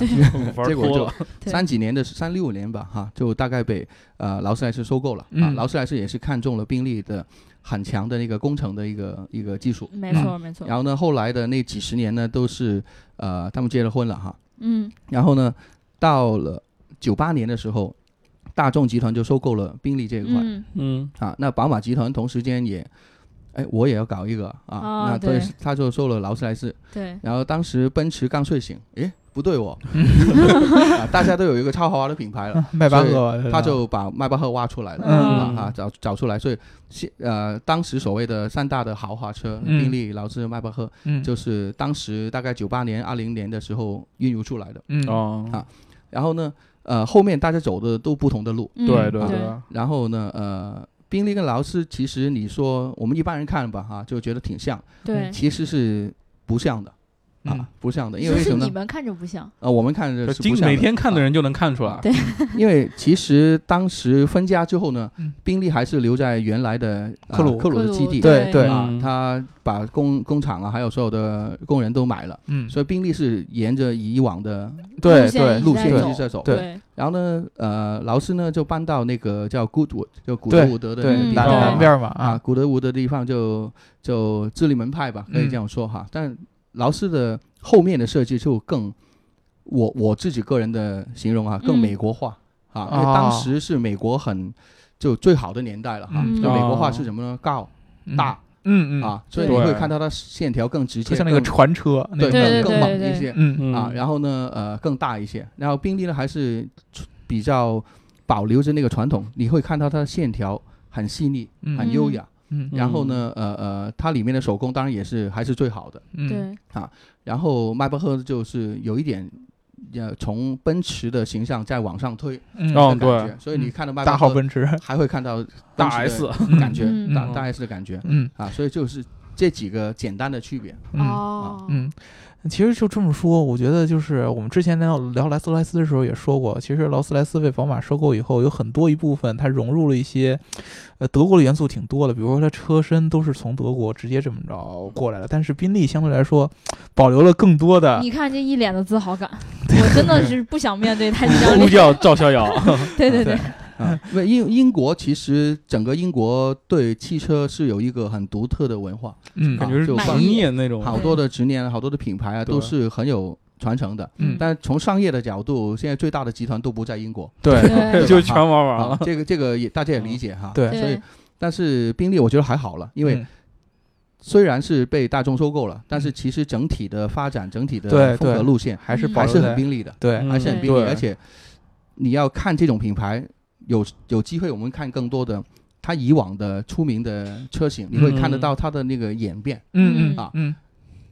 玩
结果
脱
就
了，
对
三几年的三六年吧哈、就大概被呃劳斯莱斯收购了啊，
嗯
劳斯莱斯也是看中了宾利的很强的那个工程的一个一个技术，
没错没错
然，后呢，后来的那几十年呢都是呃他们结了婚了哈、
嗯
然后呢，到了九八年的时候，大众集团就收购了宾利这一块，
嗯
嗯，
啊，那宝马集团同时间也，哎，我也要搞一个啊，
啊
那
对
对，他就收了劳斯莱斯，
对，
然后当时奔驰刚睡醒，诶，不对 哦，啊，大家都有一个超豪华的品牌了，
迈巴
所
赫吧，
他就把迈巴赫挖出来了。啊
啊嗯
嗯
啊，找找出来，所以现呃，当时所谓的三大的豪华车，
嗯
宾利、劳斯、迈巴赫，
嗯
就是当时大概九八年、二零年的时候孕育出来的。
嗯
哦，
啊然后呢，呃，后面大家走的都不同的路，
嗯
对对
对，
然后呢，呃，宾利跟劳斯其实你说我们一般人看吧，哈、就觉得挺像，
对
其实是不像的啊，
嗯
不像嗯的，因
就
为为
是
什么
你
呢？
们看着不像，
呃，我们看着
就是
不
经
像的啊
每天看的人就能看出来
对，
因为其实当时分家之后呢
嗯，
宾利还是留在原来的、呃
克鲁
克鲁的基地。
克鲁
对对
啊
嗯，
他把工工厂啊，还有所有的工人都买了，
嗯
所以宾利是沿着以往的
对
路线
对
一直
路
在
线
走
一直在走。
对，
然后呢，呃，劳斯呢就搬到那个叫 Goodwood，就古德
对
伍德的那个
对
地
南
方
对
南边嘛
啊，
啊
古德伍德的地方就就自立门
嗯
派吧，可以这样说哈。但劳斯的后面的设计就更，我我自己个人的形容啊，更
嗯
美国化、啊，因
哦
为当时是美国很就最好的年代了哈。
嗯
就美国化是什么呢？高大、
哦嗯嗯
啊，所以你
对
会看到它线条更直接，
就像那个
更
船车那
对
个
对对
更
对
更猛
对
一些
嗯
嗯
啊。然后呢，呃，更大一些。然后宾利呢还是比较保留着那个传统，你会看到它的线条很细腻、
嗯
很优雅。
嗯
然后呢，呃呃，它里面的手工当然也是还是最好的。
嗯
对，
然后迈巴赫就是有一点呃从奔驰的形象再往上推的
嗯
哦
感觉，
对
所以你看到迈巴
大
赫
号奔驰，
还会看到
嗯大
奔驰
S
的 感觉，
嗯
大
嗯
大 S 的感觉
嗯
啊，所以就是这几个简单的区别。
嗯
哦，
嗯，其实就这么说，我觉得就是我们之前聊聊劳斯莱斯的时候也说过，其实劳斯莱斯被宝马收购以后，有很多一部分它融入了一些，呃，德国的元素挺多的，比如说它车身都是从德国直接这么着过来的，但是宾利相对来说保留了更多
嗯
的
你看这一脸的自豪感，我真的是不想面对他这张
呼
脸。
叫赵逍 遥，嗯
对对对
对，
啊，因为英英国其实整个英国对汽车是有一个很独特的文化，
嗯
感觉是
就
满
执
意
念那种。
好多的执念、好多的品牌啊，
对
都是很有传承的。
嗯
但从商业的角度，现在最大的集团都不在英国，
对
就全玩完
啊
了，。
这个这个也大家也理解哈。
嗯对
所以
对，
但是宾利我觉得还好了，因为
嗯
虽然是被大众收购了，但是其实整体的发展、整体
对
的风格
对
路线
还是
嗯
保
还
留
是
在
很宾利的，
对，
嗯
还是很宾利。
对
而且你要看这种品牌，有有机会我们看更多的它以往的出名的车型，你会看得到它的那个演变。
嗯嗯
啊
嗯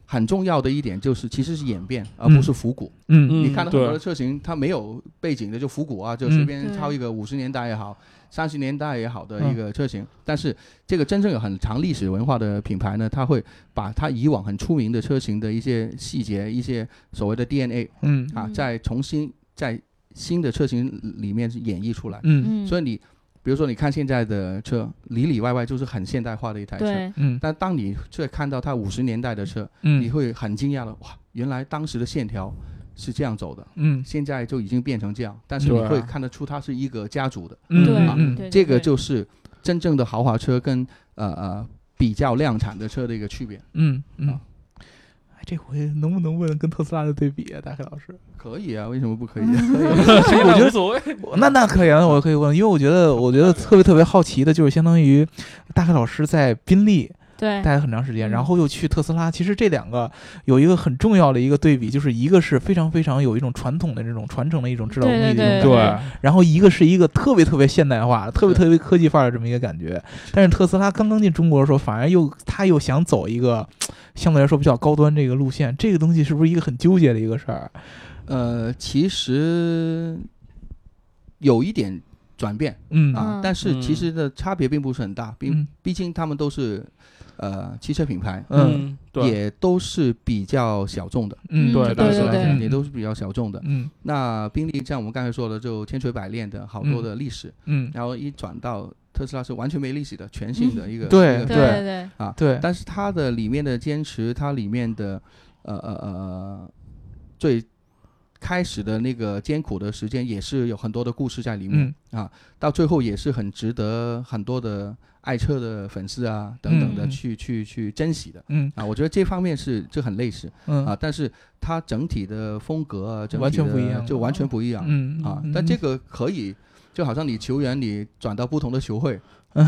很重要的一点就是，其实是演变，而不是复古。
嗯
嗯
嗯
你看到很
对
多的车型，它没有背景的就复古啊，就
嗯
随便
对
抄一个五十年代也好，三十年代也好的
嗯
一个车型。但是这个真正有很长历史文化的品牌呢，它会把它以往很出名的车型的一些细节、一些所谓的 DNA
嗯
啊，
嗯
再重新在新的车型里面演绎出来。
嗯
嗯，
所
以
以你比如说你看现在的车，里里外外就是很现代化的一台车。
对，
嗯
但当你再看到它五十年代的车，你
嗯
会很惊讶的，哇，原来当时的线条是这样走的，
嗯
现在就已经变成这样。但是你
对啊
会看得出它是一个家族的，
嗯
对
嗯嗯
对
这个就是真正的豪华车跟呃呃比较量产的车的一个区别。
嗯嗯，哎，这回能不能问跟特斯拉的对比啊，大黑老师？
可以啊，为什么不可以啊？
嗯
我觉得无所谓。
我那那可以啊，我可以问，因为我觉得我觉得特别特别好奇的就是，相当于大黑老师在宾利
对
待了很长时间，
嗯
然后又去特斯拉。其实这两个有一个很重要的一个对比，就是一个是非常非常有一种传统的这种传承的一种指导功力的一种
对
感觉，
对，
然后一个是一个特别特别现代化、特别
对
特别科技范儿的这么一个感觉。但是特斯拉刚刚进中国的时候，反而又他又想走一个相对来说比较高端这个路线，这个东西是不是一个很纠结的一个事儿？
呃，其实有一点转变
嗯
啊，
嗯
但是其
嗯
实的差别并不是很大，毕、
嗯
毕竟他们都是呃汽车品牌，
嗯，
对，
也都是比较小众的。
嗯，
对
当时
对
来
对
讲，
对
也都是比较小众的。
嗯
那宾利像我们刚才说的，就千锤百炼的好多的历史，
嗯，
然后一转到特斯拉是完全没历史的，全新的一个、
对
一个
对
对
对对，
对，
但是它的里面的坚持，它里面的呃呃呃最开始的那个艰苦的时间，也是有很多的故事在里面、
嗯
啊，到最后也是很值得很多的爱车的粉丝啊等等的
嗯
去、去去珍惜的
嗯
啊，我觉得这方面是这很类似
嗯
啊，但是它整体的风格啊，整体
完全不一
的
样
就完全不一样、
嗯
啊
嗯，
但这个可以。就好像你球员，你转到不同的球会，啊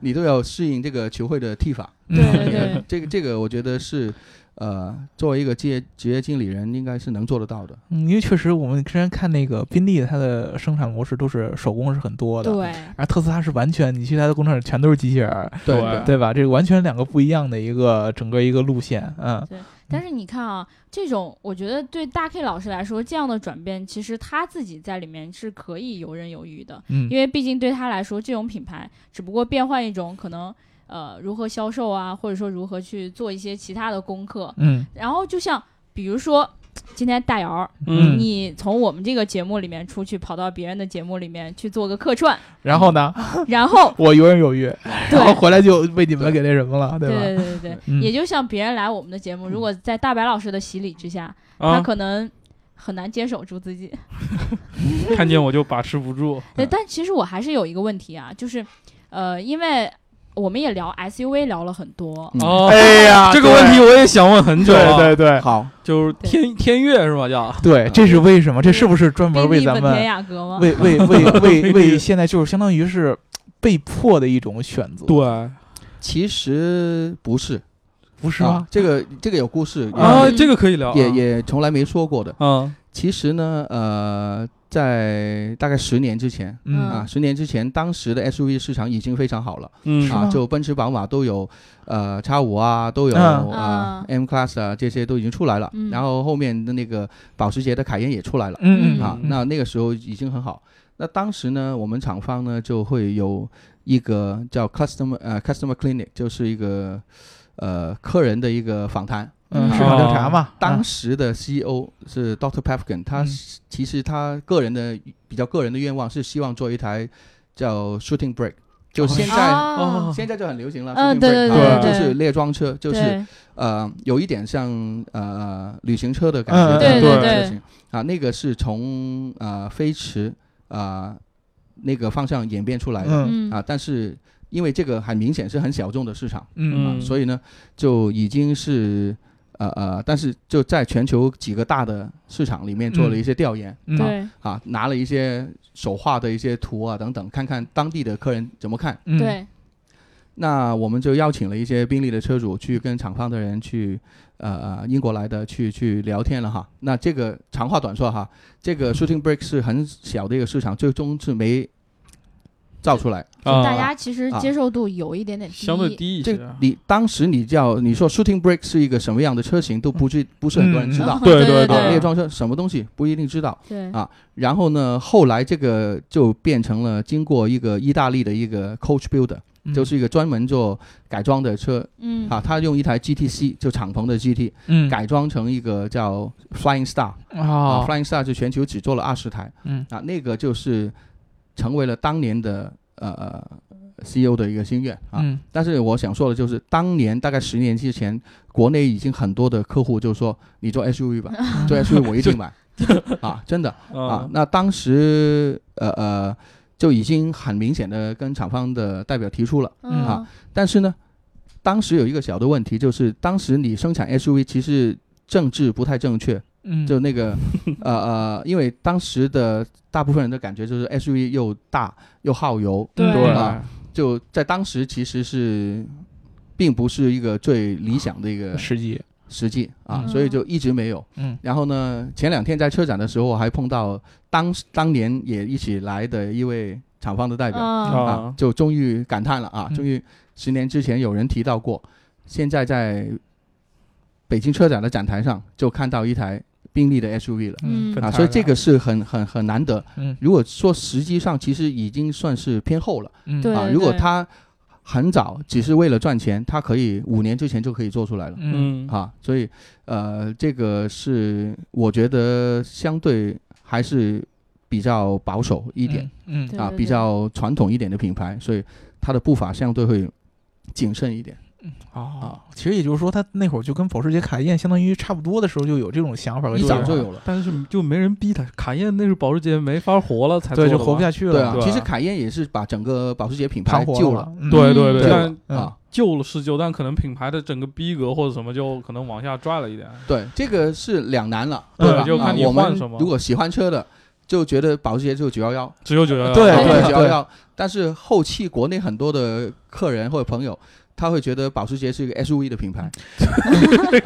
你都要适应这个球会的踢法。
嗯
对对对
这个这个我觉得是，呃，作为一个职业职业经理人，应该是能做得到的。
嗯，因为确实我们之前看那个宾利，它的生产模式都是手工是很多的，
对，
而特斯拉是完全，你去它的工厂里全都是机器人儿，
对
对吧？这个完全两个不一样的一个整个一个路线，嗯
但是你看啊，这种我觉得对大 K 老师来说，这样的转变其实他自己在里面是可以游刃有余的，
嗯
因为毕竟对他来说，这种品牌只不过变换一种可能，呃，如何销售啊，或者说如何去做一些其他的功课。
嗯
然后就像比如说，今天大姚儿，
嗯
你从我们这个节目里面出去，跑到别人的节目里面去做个客串，
然后呢，
然后
我游刃有余，
对
然后回来就被你们给那什么了，对吧？
对对对对，
嗯
也就像别人来我们的节目，如果在大白老师的洗礼之下，他
啊，
可能很难坚守住自己。
看见我就把持不住。
对，但其实我还是有一个问题啊，就是，呃，因为我们也聊 SUV 聊了很多，
嗯
哦，
哎呀
这个问题，我也想问很久了。
对对对
好，
就是
对
天天悦是吧？叫
对，这是为什么？这是不是专门
宾
为
利、
咱
本田
们
雅阁吗？
为为为 为
宾利
为现在就是相当于是被迫的一种选择？，
对
其实不是，
不是
啊
吗？，
这个这个有故事，
啊，
嗯
这个可以聊啊。
也也也从来没说过的。
嗯
其实呢，呃，在大概十年之前
嗯
啊，十年之前，当时的 SUV 市场已经非常好了
嗯
啊
吗，
就奔驰、宝马都有，呃，叉五啊，都有
嗯
啊
嗯
，M Class 啊，这些都已经出来了
嗯。
然后后面的那个保时捷的凯宴也出来了
嗯嗯
啊，那那个时候已经很好。那当时呢，我们厂方呢就会有一个叫 customer 呃 customer clinic，就是一个呃客人的一个访谈。
嗯
嗯，市场调查嘛，
当
嗯
时的 CEO 是 Dr. Pafkin，他
嗯
是其实他个人的比较个人的愿望是希望做一台叫 Shooting Brake，就
哦
现在、
哦，
现在就很流行了。
嗯
shooting
对对
brake，
对
啊
对
就是猎装车，就是
对
呃有一点像呃旅行车的感
嗯
觉，
对
对
那种
对
车型啊，那个是从呃飞驰啊、呃那个方向演变出来的、
嗯
嗯
啊，但是因为这个很明显是很小众的市场。啊
嗯
嗯
所以呢，就已经是呃呃，但是就在全球几个大的市场里面做了一些调研、
嗯，
对
啊，拿了一些手画的一些图啊等等，看看当地的客人怎么看。
嗯，
对，
那我们就邀请了一些宾利的车主去跟厂方的人去，呃呃，英国来的去去聊天了哈。那这个长话短说哈，这个 Shooting Break 是很小的一个市场，最终是没造出来。
就
啊
大家其实
啊
接受度有一啊点点低，嗯
相对低一啊些
这，你当时你叫你说 Shooting Break 是一个什么样的车型，都 不知不是很多人知道。
嗯，
对
对
对
啊，
对
列装车什么东西不一定知道。
对
啊然后呢，后来这个就变成了经过一个意大利的一个 coach builder，、
嗯
就是一个专门做改装的车
嗯
啊，他用一台 GTC 就敞篷的 GT
嗯
改装成一个叫 Flying Star 啊、
啊
f，l y i n g Star 就全球只做了二十台
嗯
啊，那个就是成为了当年的呃呃 CEO 的一个心愿啊。
嗯
但是我想说的就是，当年大概十年之前，国内已经很多的客户就说你做 SUV 吧，做 SUV 我一定买 啊，真的啊
哦
啊。，
那当时呃呃就已经很明显的跟厂方的代表提出了，
嗯
啊但是呢，当时有一个小的问题就是，当时你生产 SUV 其实政治不太正确，
嗯，
就 那个呃呃，因为当时的大部分人的感觉就是 SUV 又大又耗油，
对
对
啊就在当时其实是，并不是一个最理想的一个
实际，
时机啊，
啊嗯
所以就一直没有。
嗯
然后呢，前两天在车展的时候，我还碰到当当年也一起来的一位厂方的代表、
嗯
啊
啊，就终于感叹了啊，
嗯
终于十年之前有人提到过，现在在北京车展的展台上就看到一台宾利的 SUV 了。
嗯
分
啊，
叉
所以
的
这个是很很很难得。
嗯
如果说实际上其实已经算是偏后了。
嗯
对
啊，如果他很早只是为了赚钱，他可以五年之前就可以做出来了。
嗯
嗯，
啊，所以呃，这个是我觉得相对还是比较保守一点、，
嗯
对
啊，比较传统一点的品牌，所以它的步伐相对会谨慎一点。
哦，其实也就是说，他那会儿就跟保时捷卡宴相当于差不多的时候，就有这种想法和
一
想
早
法
就有了。
但是就没人逼他，卡宴那是保时捷没法活了才
对，
做
就
的
活不
吧
下去
对
了，
啊，
对
其实凯宴也是把整个保时捷品
盘
牌
活
救
了
了，，
嗯
对对
嗯
对，
对
但
嗯
啊。
救了是救，但可能品牌的整个逼格或者什么就可能往下拽了一点。
对，这个是两难了，
对
吧？
就看
啊
嗯你
我
换
们
什么
如果喜欢车的，就觉得保时捷就九幺幺，
只有九幺幺，啊
对
对
九幺
对
幺。但是后期国内很多的客人或者朋友，他会觉得保时捷是一个 SUV 的品牌，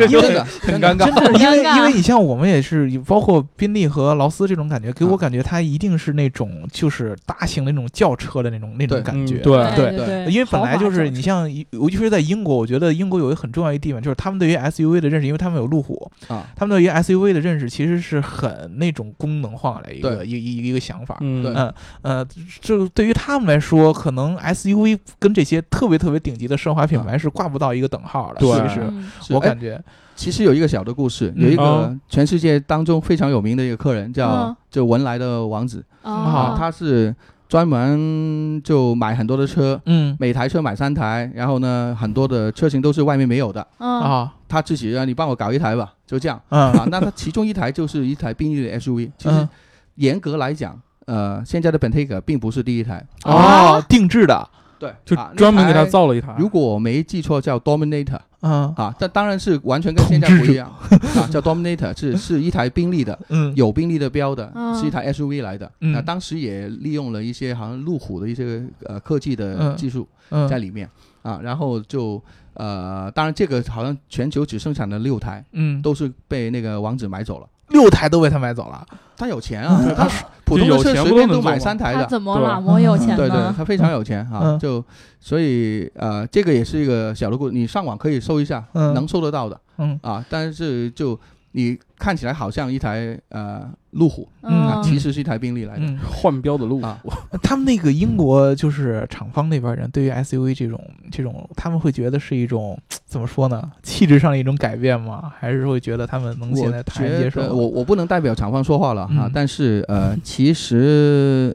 因为
真的
很
真
尴
的
尬。
真的很
因为
尴尬
因为你像我们也是，包括宾利和劳斯这种感觉，
啊
给我感觉它一定是那种就是大型的那种轿车的那种那种
对嗯
感觉。
对
对
对
对，
因为本来就
豪华
是
轿
你
车
像，尤其是在英国，我觉得英国有一个很重要一地方，就是他们对于 SUV 的认识，因为他们有路虎，
啊，
他们对于 SUV 的认识其实是很那种功能化的一个
对
一一一个想法。
嗯，
对
嗯呃，就对于他们来说，可能 SUV 跟这些特别特别顶级的奢华品牌是挂不到一个等号的，
对
其实
嗯
啊是
我
哎
感觉，
其实有一个小的故事，
嗯
有一个
哦
全世界当中非常有名的一个客人叫
嗯
就文莱的王子啊
哦，
他是专门就买很多的车，
嗯
每台车买三台，然后呢很多的车型都是外面没有的，
嗯
啊
他自己让你帮我搞一台吧，就这样
嗯
啊。那他其中一台就是一台宾利的 SUV，其实
嗯
严格来讲，呃，现在的 Bentayga 并不是第一台，
啊
哦，定制的，
对，
就
啊
专门给他。
那台
造了一台。
如果我没记错，叫 Dominator
嗯
啊，但当然是完全跟现在
统治
不
者
一样啊，叫 Dominator 是是一台宾利的，
嗯
有宾利的标的
嗯，
是一台 SUV 来的。
嗯
那当时也利用了一些好像路虎的一些呃科技的
嗯
技术
嗯
在里面啊，然后就呃，当然这个好像全球只生产了六台，
嗯，
都是被那个王子买走了。
六台都被他买走了，
他有钱啊，他普
就
通的
有
车
钱
随
不
便
都能
买
做吗
三台
他
的，
怎么
对
了？我有钱
对对，
呢，
他非常有钱啊，
嗯
就所以呃，这个也是一个小的故，你上网可以搜一下，
嗯
能搜得到的
嗯
啊。但是就你看起来好像一台呃路虎，啊，
嗯
其实是一台宾利来的。
嗯，
换标的路
啊
呃他们那个英国就是厂方那边人对于 SUV 这种这种，他们会觉得是一种怎么说呢？气质上的一种改变吗？还是会觉得他们能
我
嗯现在坦然接
觉得
受？
我我不能代表厂方说话了哈、
嗯
但是呃，其实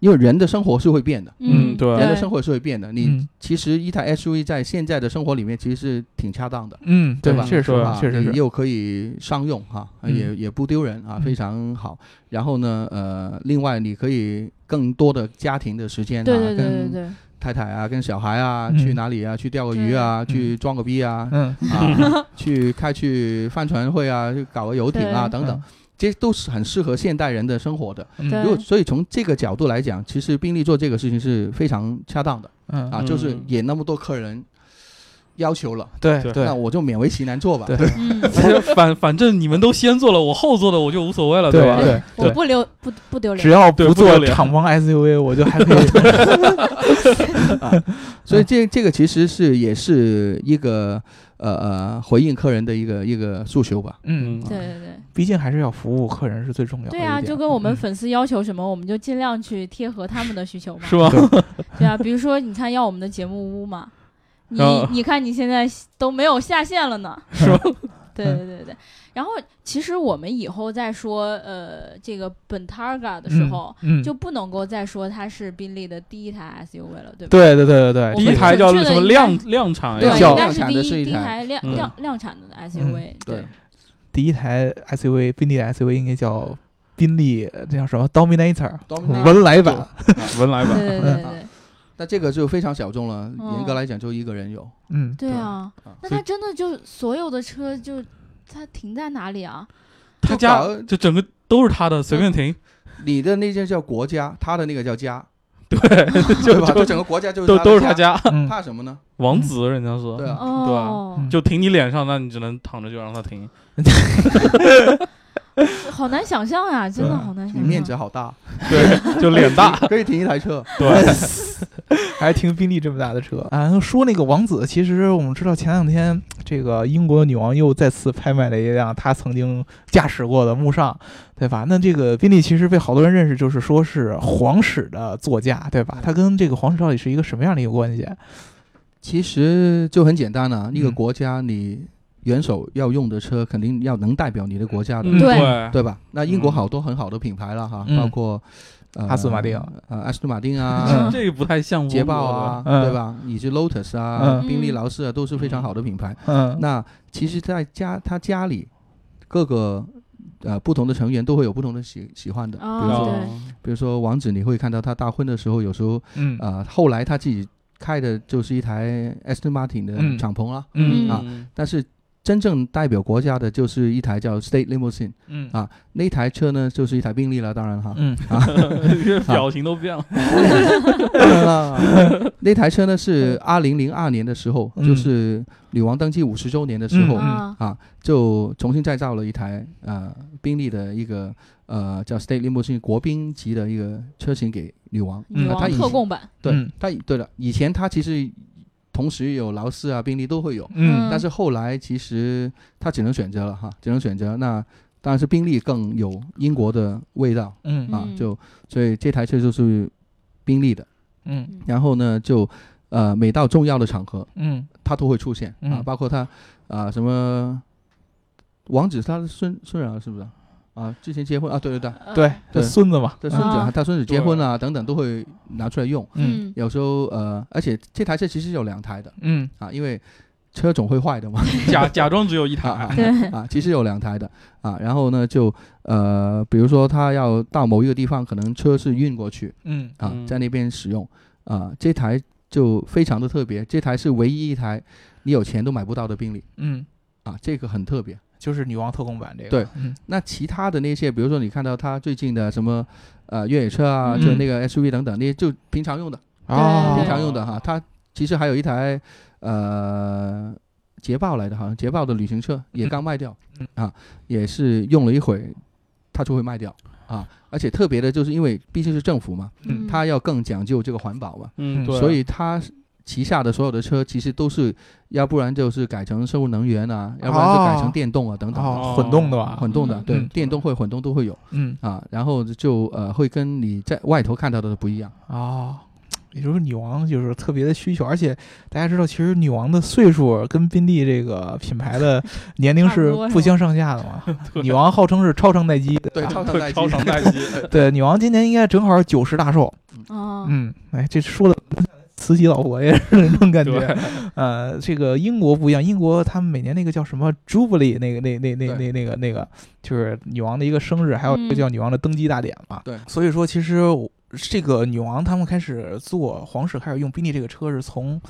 因为人的生活是会变的，
嗯对
人的生活是会变的。你
嗯
其实一台 SUV 在现在的生活里面其实是挺恰当的，
嗯，
对吧
确实
对
是
啊，
确实
你
是，
又可以商用哈、
嗯
也也不丢人啊，
嗯
非常好。然后呢，呃，另外你可以更多的家庭的时间、啊，
对对对对
跟
对，
太太啊，跟小孩啊，
嗯
去哪里啊，去钓个鱼啊，
对
去装个逼 啊，
嗯
啊，去开去帆船会啊，去搞个游艇啊，
对
等等，这些都是很适合现代人的生活的。
对
嗯
如果所以从这个角度来讲，其实宾利做这个事情是非常恰当的
嗯
啊，
嗯
就是也那么多客人要求了，
对
对
对
那我就勉为其难做吧。
对
嗯，
而且 反反正你们都先做了，我后做的我就无所谓了，吧？
对
我不留不不丢
只
脸，
要不
对不
做
丢脸
厂方 SUV，我就还可 以
所以这这个其实是也是一个呃呃回应客人的一个一个诉求吧。
嗯，
对对对。
毕竟还是要服务客人是最重要的一
对
点。
啊，就跟我们
嗯
粉丝要求什么，我们就尽量去贴合他们的需求嘛。
是吗？
对啊，比如说你看要我们的节目屋嘛，你
然后
你看你现在都没有下线了呢，是吧？对对对对。然后其实我们以后再说呃这个本 Targa 的时候，
嗯，嗯
就不能够再说它是宾利的第一台 SUV 了，对吧？
对对对对
我
第
对，
们
一台叫什么量
准
量产
对
呀？
应
叫
该是
量产
第
的
一
是一
第一
台
台量
嗯
量量产的 SUV，对
对，
第一台 SUV 宾利的 SUV 应该叫宾利，呃这叫什么 Dominator 文莱版，
文莱版，
对对对对
那这个就非常小众了，
嗯
严格来讲就一个人有。
嗯，
对啊
对啊！
那它真的就所有的车就它停在哪里啊？
他
就
家
搞
就整个都是他的，随便停，
你的那件叫国家，他的那个叫家，
对，
对
就
吧？就
就
整个国家就是
都
的
都是他
家，
家嗯
嗯
怕什么呢？
王子，人家说
对啊，
哦，
嗯
就停你脸上，那你只能躺着就让他停。
好难想象呀、真的
对啊
好难想
你
象。
面积好大，
对，就脸 大，
可以停一台车。
对，
还停宾利这么大的车啊。说那个王子，其实我们知道前两天这个英国女王又再次拍卖了一辆她曾经驾驶过的慕尚，对吧？那这个宾利其实被好多人认识，就是说是皇室的座驾，对吧？它跟这个皇室到底是一个什么样的一个关系？
其实就很简单了、一个
嗯
国家你元首要用的车，肯定要能代表你的国家的，
嗯
对
对，
对吧？那英国好多很好的品牌了哈，
嗯
包括呃
阿斯顿马丁
呃阿斯顿马丁
嗯
啊。
这个不太像
捷豹啊，
嗯
对吧？以及 Lotus 啊、
嗯
宾利、劳斯啊，都是非常好的品牌。
嗯，
那其实，在家他家里各个呃不同的成员都会有不同的喜喜欢的，比
哦
我
如说
国
对
的，
比如说王子，你会看到他大婚的时候，有时候
嗯
呃，后来他自己开的就是一台 Aston Martin
嗯
的敞篷啊，
嗯
啊
嗯
但是真正代表国家的就是一台叫 State Limousine
嗯
啊，那台车呢就是一台宾利了，当 然哈，
嗯
嗯 表情都变了，
当然了，那台车呢是二零零二年的时候，
嗯
就是女王登基五十周年的时候。
嗯
啊，
啊，就重新再造了一台呃宾利的一个呃叫 State Limousine 国宾级的一个车型给女王，
女
啊她
王
以
特供版，
对
嗯，
他对了，以前他其实同时有劳斯啊、宾利都会有，
嗯
但是后来其实他只能选择了哈，只能选择那当然是宾利更有英国的味道
嗯
啊，
嗯
就所以这台车就是宾利的，
嗯
然后呢就呃每到重要的场合
嗯
它都会出现啊，
嗯
包括他啊、什么王子他的孙孙儿啊是不是啊？之前结婚啊，对对对，
呃
对，这
对
孙子嘛，
他孙子、
啊
他孙子结婚啊等等都会拿出来用。
嗯
嗯，
有时候呃，而且这台车其实有两台的
嗯
啊，因为车总会坏的嘛，
假假装只有一
啊啊
台，
对
啊，其实有两台的啊。然后呢，就呃，比如说他要到某一个地方，可能车是运过去
嗯
啊
嗯，
在那边使用啊，这台就非常的特别，这台是唯一一台你有钱都买不到的宾利
嗯，
啊，这个很特别。
就是女王特供版这个，
对
嗯，
那其他的那些，比如说你看到他最近的什么呃越野车啊，
嗯
就那个 SUV 等等，那些就平常用的。
啊
哦
平
对
常用的哈。它其实还有一台呃捷豹来的，好像捷豹的旅行车也刚卖掉、啊，也是用了一会，它就会卖掉啊，而且特别的就是因为毕竟是政府嘛，
嗯
它要更讲究这个环保嘛，
嗯，对，
所以它旗下的所有的车其实都是，要不然就是改成生物能源啊，要不然就改成电动啊等等的。
哦，混动的吧？
混动的，
嗯
对，
嗯
电动会、混动都会有
嗯，
啊，然后就呃会跟你在外头看到的不一样。
哦，也就是女王就是特别的需求，而且大家知道，其实女王的岁数跟宾利这个品牌的年龄
差
是
不多是吧
不相上下的 嘛。女王号称是超长待机的，啊
对，超长待机，
超长待机，
对，女王今年应该正好九十大寿。
哦，
嗯，哎，这说的慈禧老佛爷是那种感觉
对。，
呃，这个英国不一样，英国他们每年那个叫什么 Jubilee，那个那那那那那个那个，就是女王的一个生日，还有一个
嗯
叫女王的登基大典嘛。
对
所以说其实我这个女王他们开始做皇室，开始用宾利这个车是从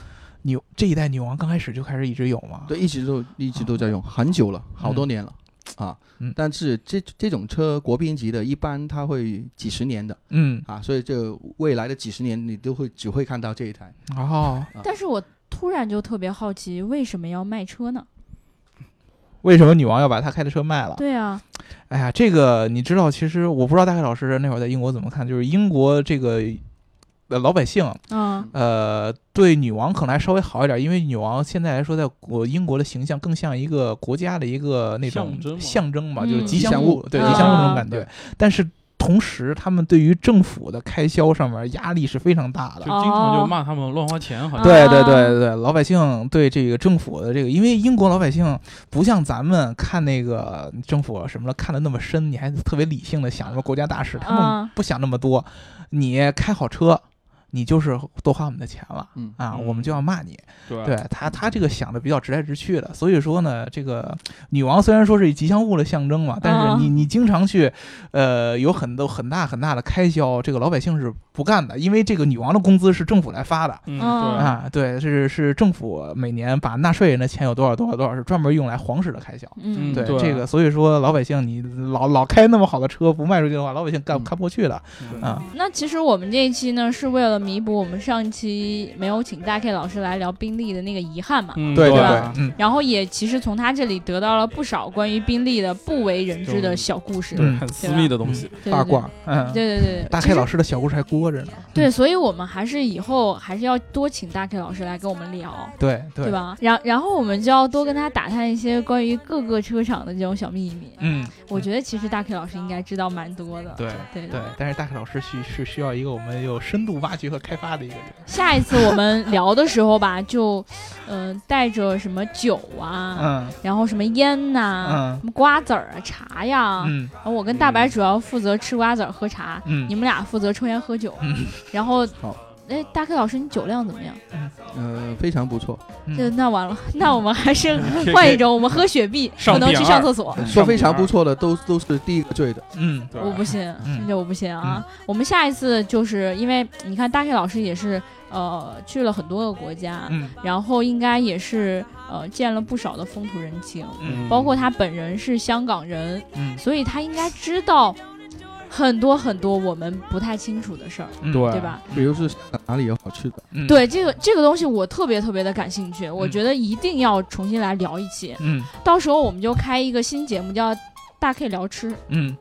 女这一代女王刚开始就开始一直有嘛。
对，一直都一直都在用，很久了，好多年了、啊
嗯。
但是这这种车国宾级的，一般它会几十年的
嗯，
啊，所以这未来的几十年你都会只会看到这一台。
然
哦
后
但是我突然就特别好奇，为什么要卖车呢？
为什么女王要把她开的车卖了？
对啊，
哎呀，这个你知道，其实我不知道大概老师那会儿在英国怎么看，就是英国这个呃老百姓
嗯
呃，对女王可能还稍微好一点，因为女王现在来说，在国英国的形象更像一个国家的一个那种
象征嘛
象征嘛，就是
嗯
吉
吉
祥
祥
物
物，
对
啊
吉祥物那种感觉。但是同时，他们对于政府的开销上面压力是非常大
就
的。
经常
哦
就骂他们乱花钱，好像
对对对对对，老百姓对这个政府的这个，因为英国老百姓不像咱们看那个政府什么的看的那么深，你还特别理性的想什么国家大事，他们
啊
不想那么多。你开好车，你就是多花我们的钱了。
嗯
啊，
嗯
我们就要骂你。
对啊
对他，他这个想的比较直来直去的，所以说呢，这个女王虽然说是吉祥物的象征嘛，但
啊
是你你经常去，呃，有很多很大很大的开销，这个老百姓是不干的，因为这个女王的工资是政府来发的。
嗯
嗯
对，
啊，对，是是政府每年把纳税人的钱有多少多少多少是专门用来皇室的开销。
嗯，
对
对
这个，所以说老百姓你老老开那么好的车不卖出去的话，老百姓干
嗯
看不过去的啊。
那其实我们这一期呢，是为了弥补我们上一期没有请大 K 老师来聊宾利的那个遗憾嘛。
嗯
对
对
对
吧，
嗯，
然后也其实从他这里得到了不少关于宾利的不为人知的小故事，
对嗯
很私密的东西，
对
八卦，，嗯
对，对对对对，
大 K 老师的小故事还窝着呢。
对，所以我们还是以后还是要多请大 K 老师来跟我们聊，
对对
对？吧？然然后我们就要多跟他打探一些关于各个车厂的这种小秘密。
嗯，
我觉得其实大 K 老师应该知道蛮多的。
对
对
对，但是大凯老师需是需要一个我们有深度挖掘和开发的一个人。
下一次我们聊的时候吧，就嗯、带着什么酒啊，
嗯
然后什么烟呐、
嗯
什么瓜子儿啊、茶呀。
嗯
然后我跟大白主要负责吃瓜子儿、喝茶，你
嗯，
们俩负责抽烟喝酒。
嗯
然后
好，
哎，大 K 老师，你酒量怎么样？
呃，非常不错。
嗯
这那完了，那我们还是
以
换一种，我们喝雪碧，
上
我能
点
啊
去
儿
上厕所。
说非常不错的都都是第一个醉的，
嗯
对，
我不信，
嗯
这我不信啊！我们下一次就是因为你看，大 K 老师也是呃去了很多个国
啊
家，
嗯
然后应该也是呃见了不少的风土人情，
嗯
包括他本人是香港人，
嗯
所以他应该知道很多很多我们不太清楚的事儿。
嗯，
对
对吧？
比如是哪里有好吃的，
嗯，
对这个这个东西，我特别特别的感兴趣，我觉得一定要重新来聊一期，
嗯
到时候我们就开一个新节目叫。大 K 聊吃，
嗯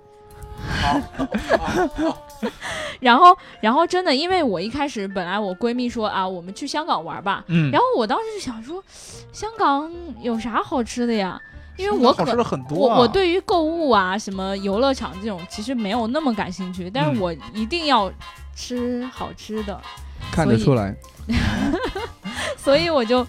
然后，然后真的，因为我一开始本来我闺蜜说啊，我们去香港玩吧，
嗯，
然后我当时就想说，香港有啥好吃的呀？因为
嗯
我
好
可
吃的很多
我
啊，
我对于购物啊、什么游乐场这种其实没有那么感兴趣，但
嗯
是我一定要吃好吃的，
看得出来。
所以我就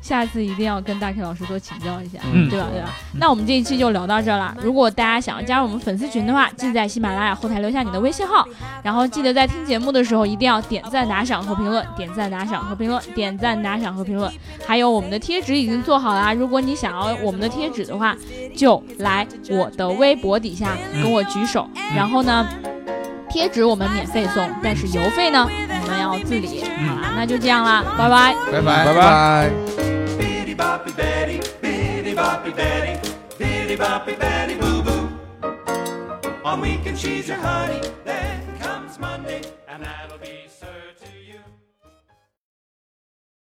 下次一定要跟大 K 老师多请教一下。
嗯
对吧？对吧？那我们这一期就聊到这儿了。如果大家想要加入我们粉丝群的话，记得在喜马拉雅后台留下你的微信号，然后记得在听节目的时候一定要点赞、打赏和评论，点赞、打赏和评论，点赞、打赏和评论。还有我们的贴纸已经做好啦，如果你想要我们的贴纸的话，就来我的微博底下跟我举手，
嗯
然后呢。贴纸我们免费送，但是邮费呢，我们要自理。好啦，那就这样啦，拜拜。
拜拜
拜拜。
Bitty boppy Betty, bitty boppy Betty, bitty boppy Betty boo boo. On weekends she's your honey, then comes Monday, and that'll be Thursday.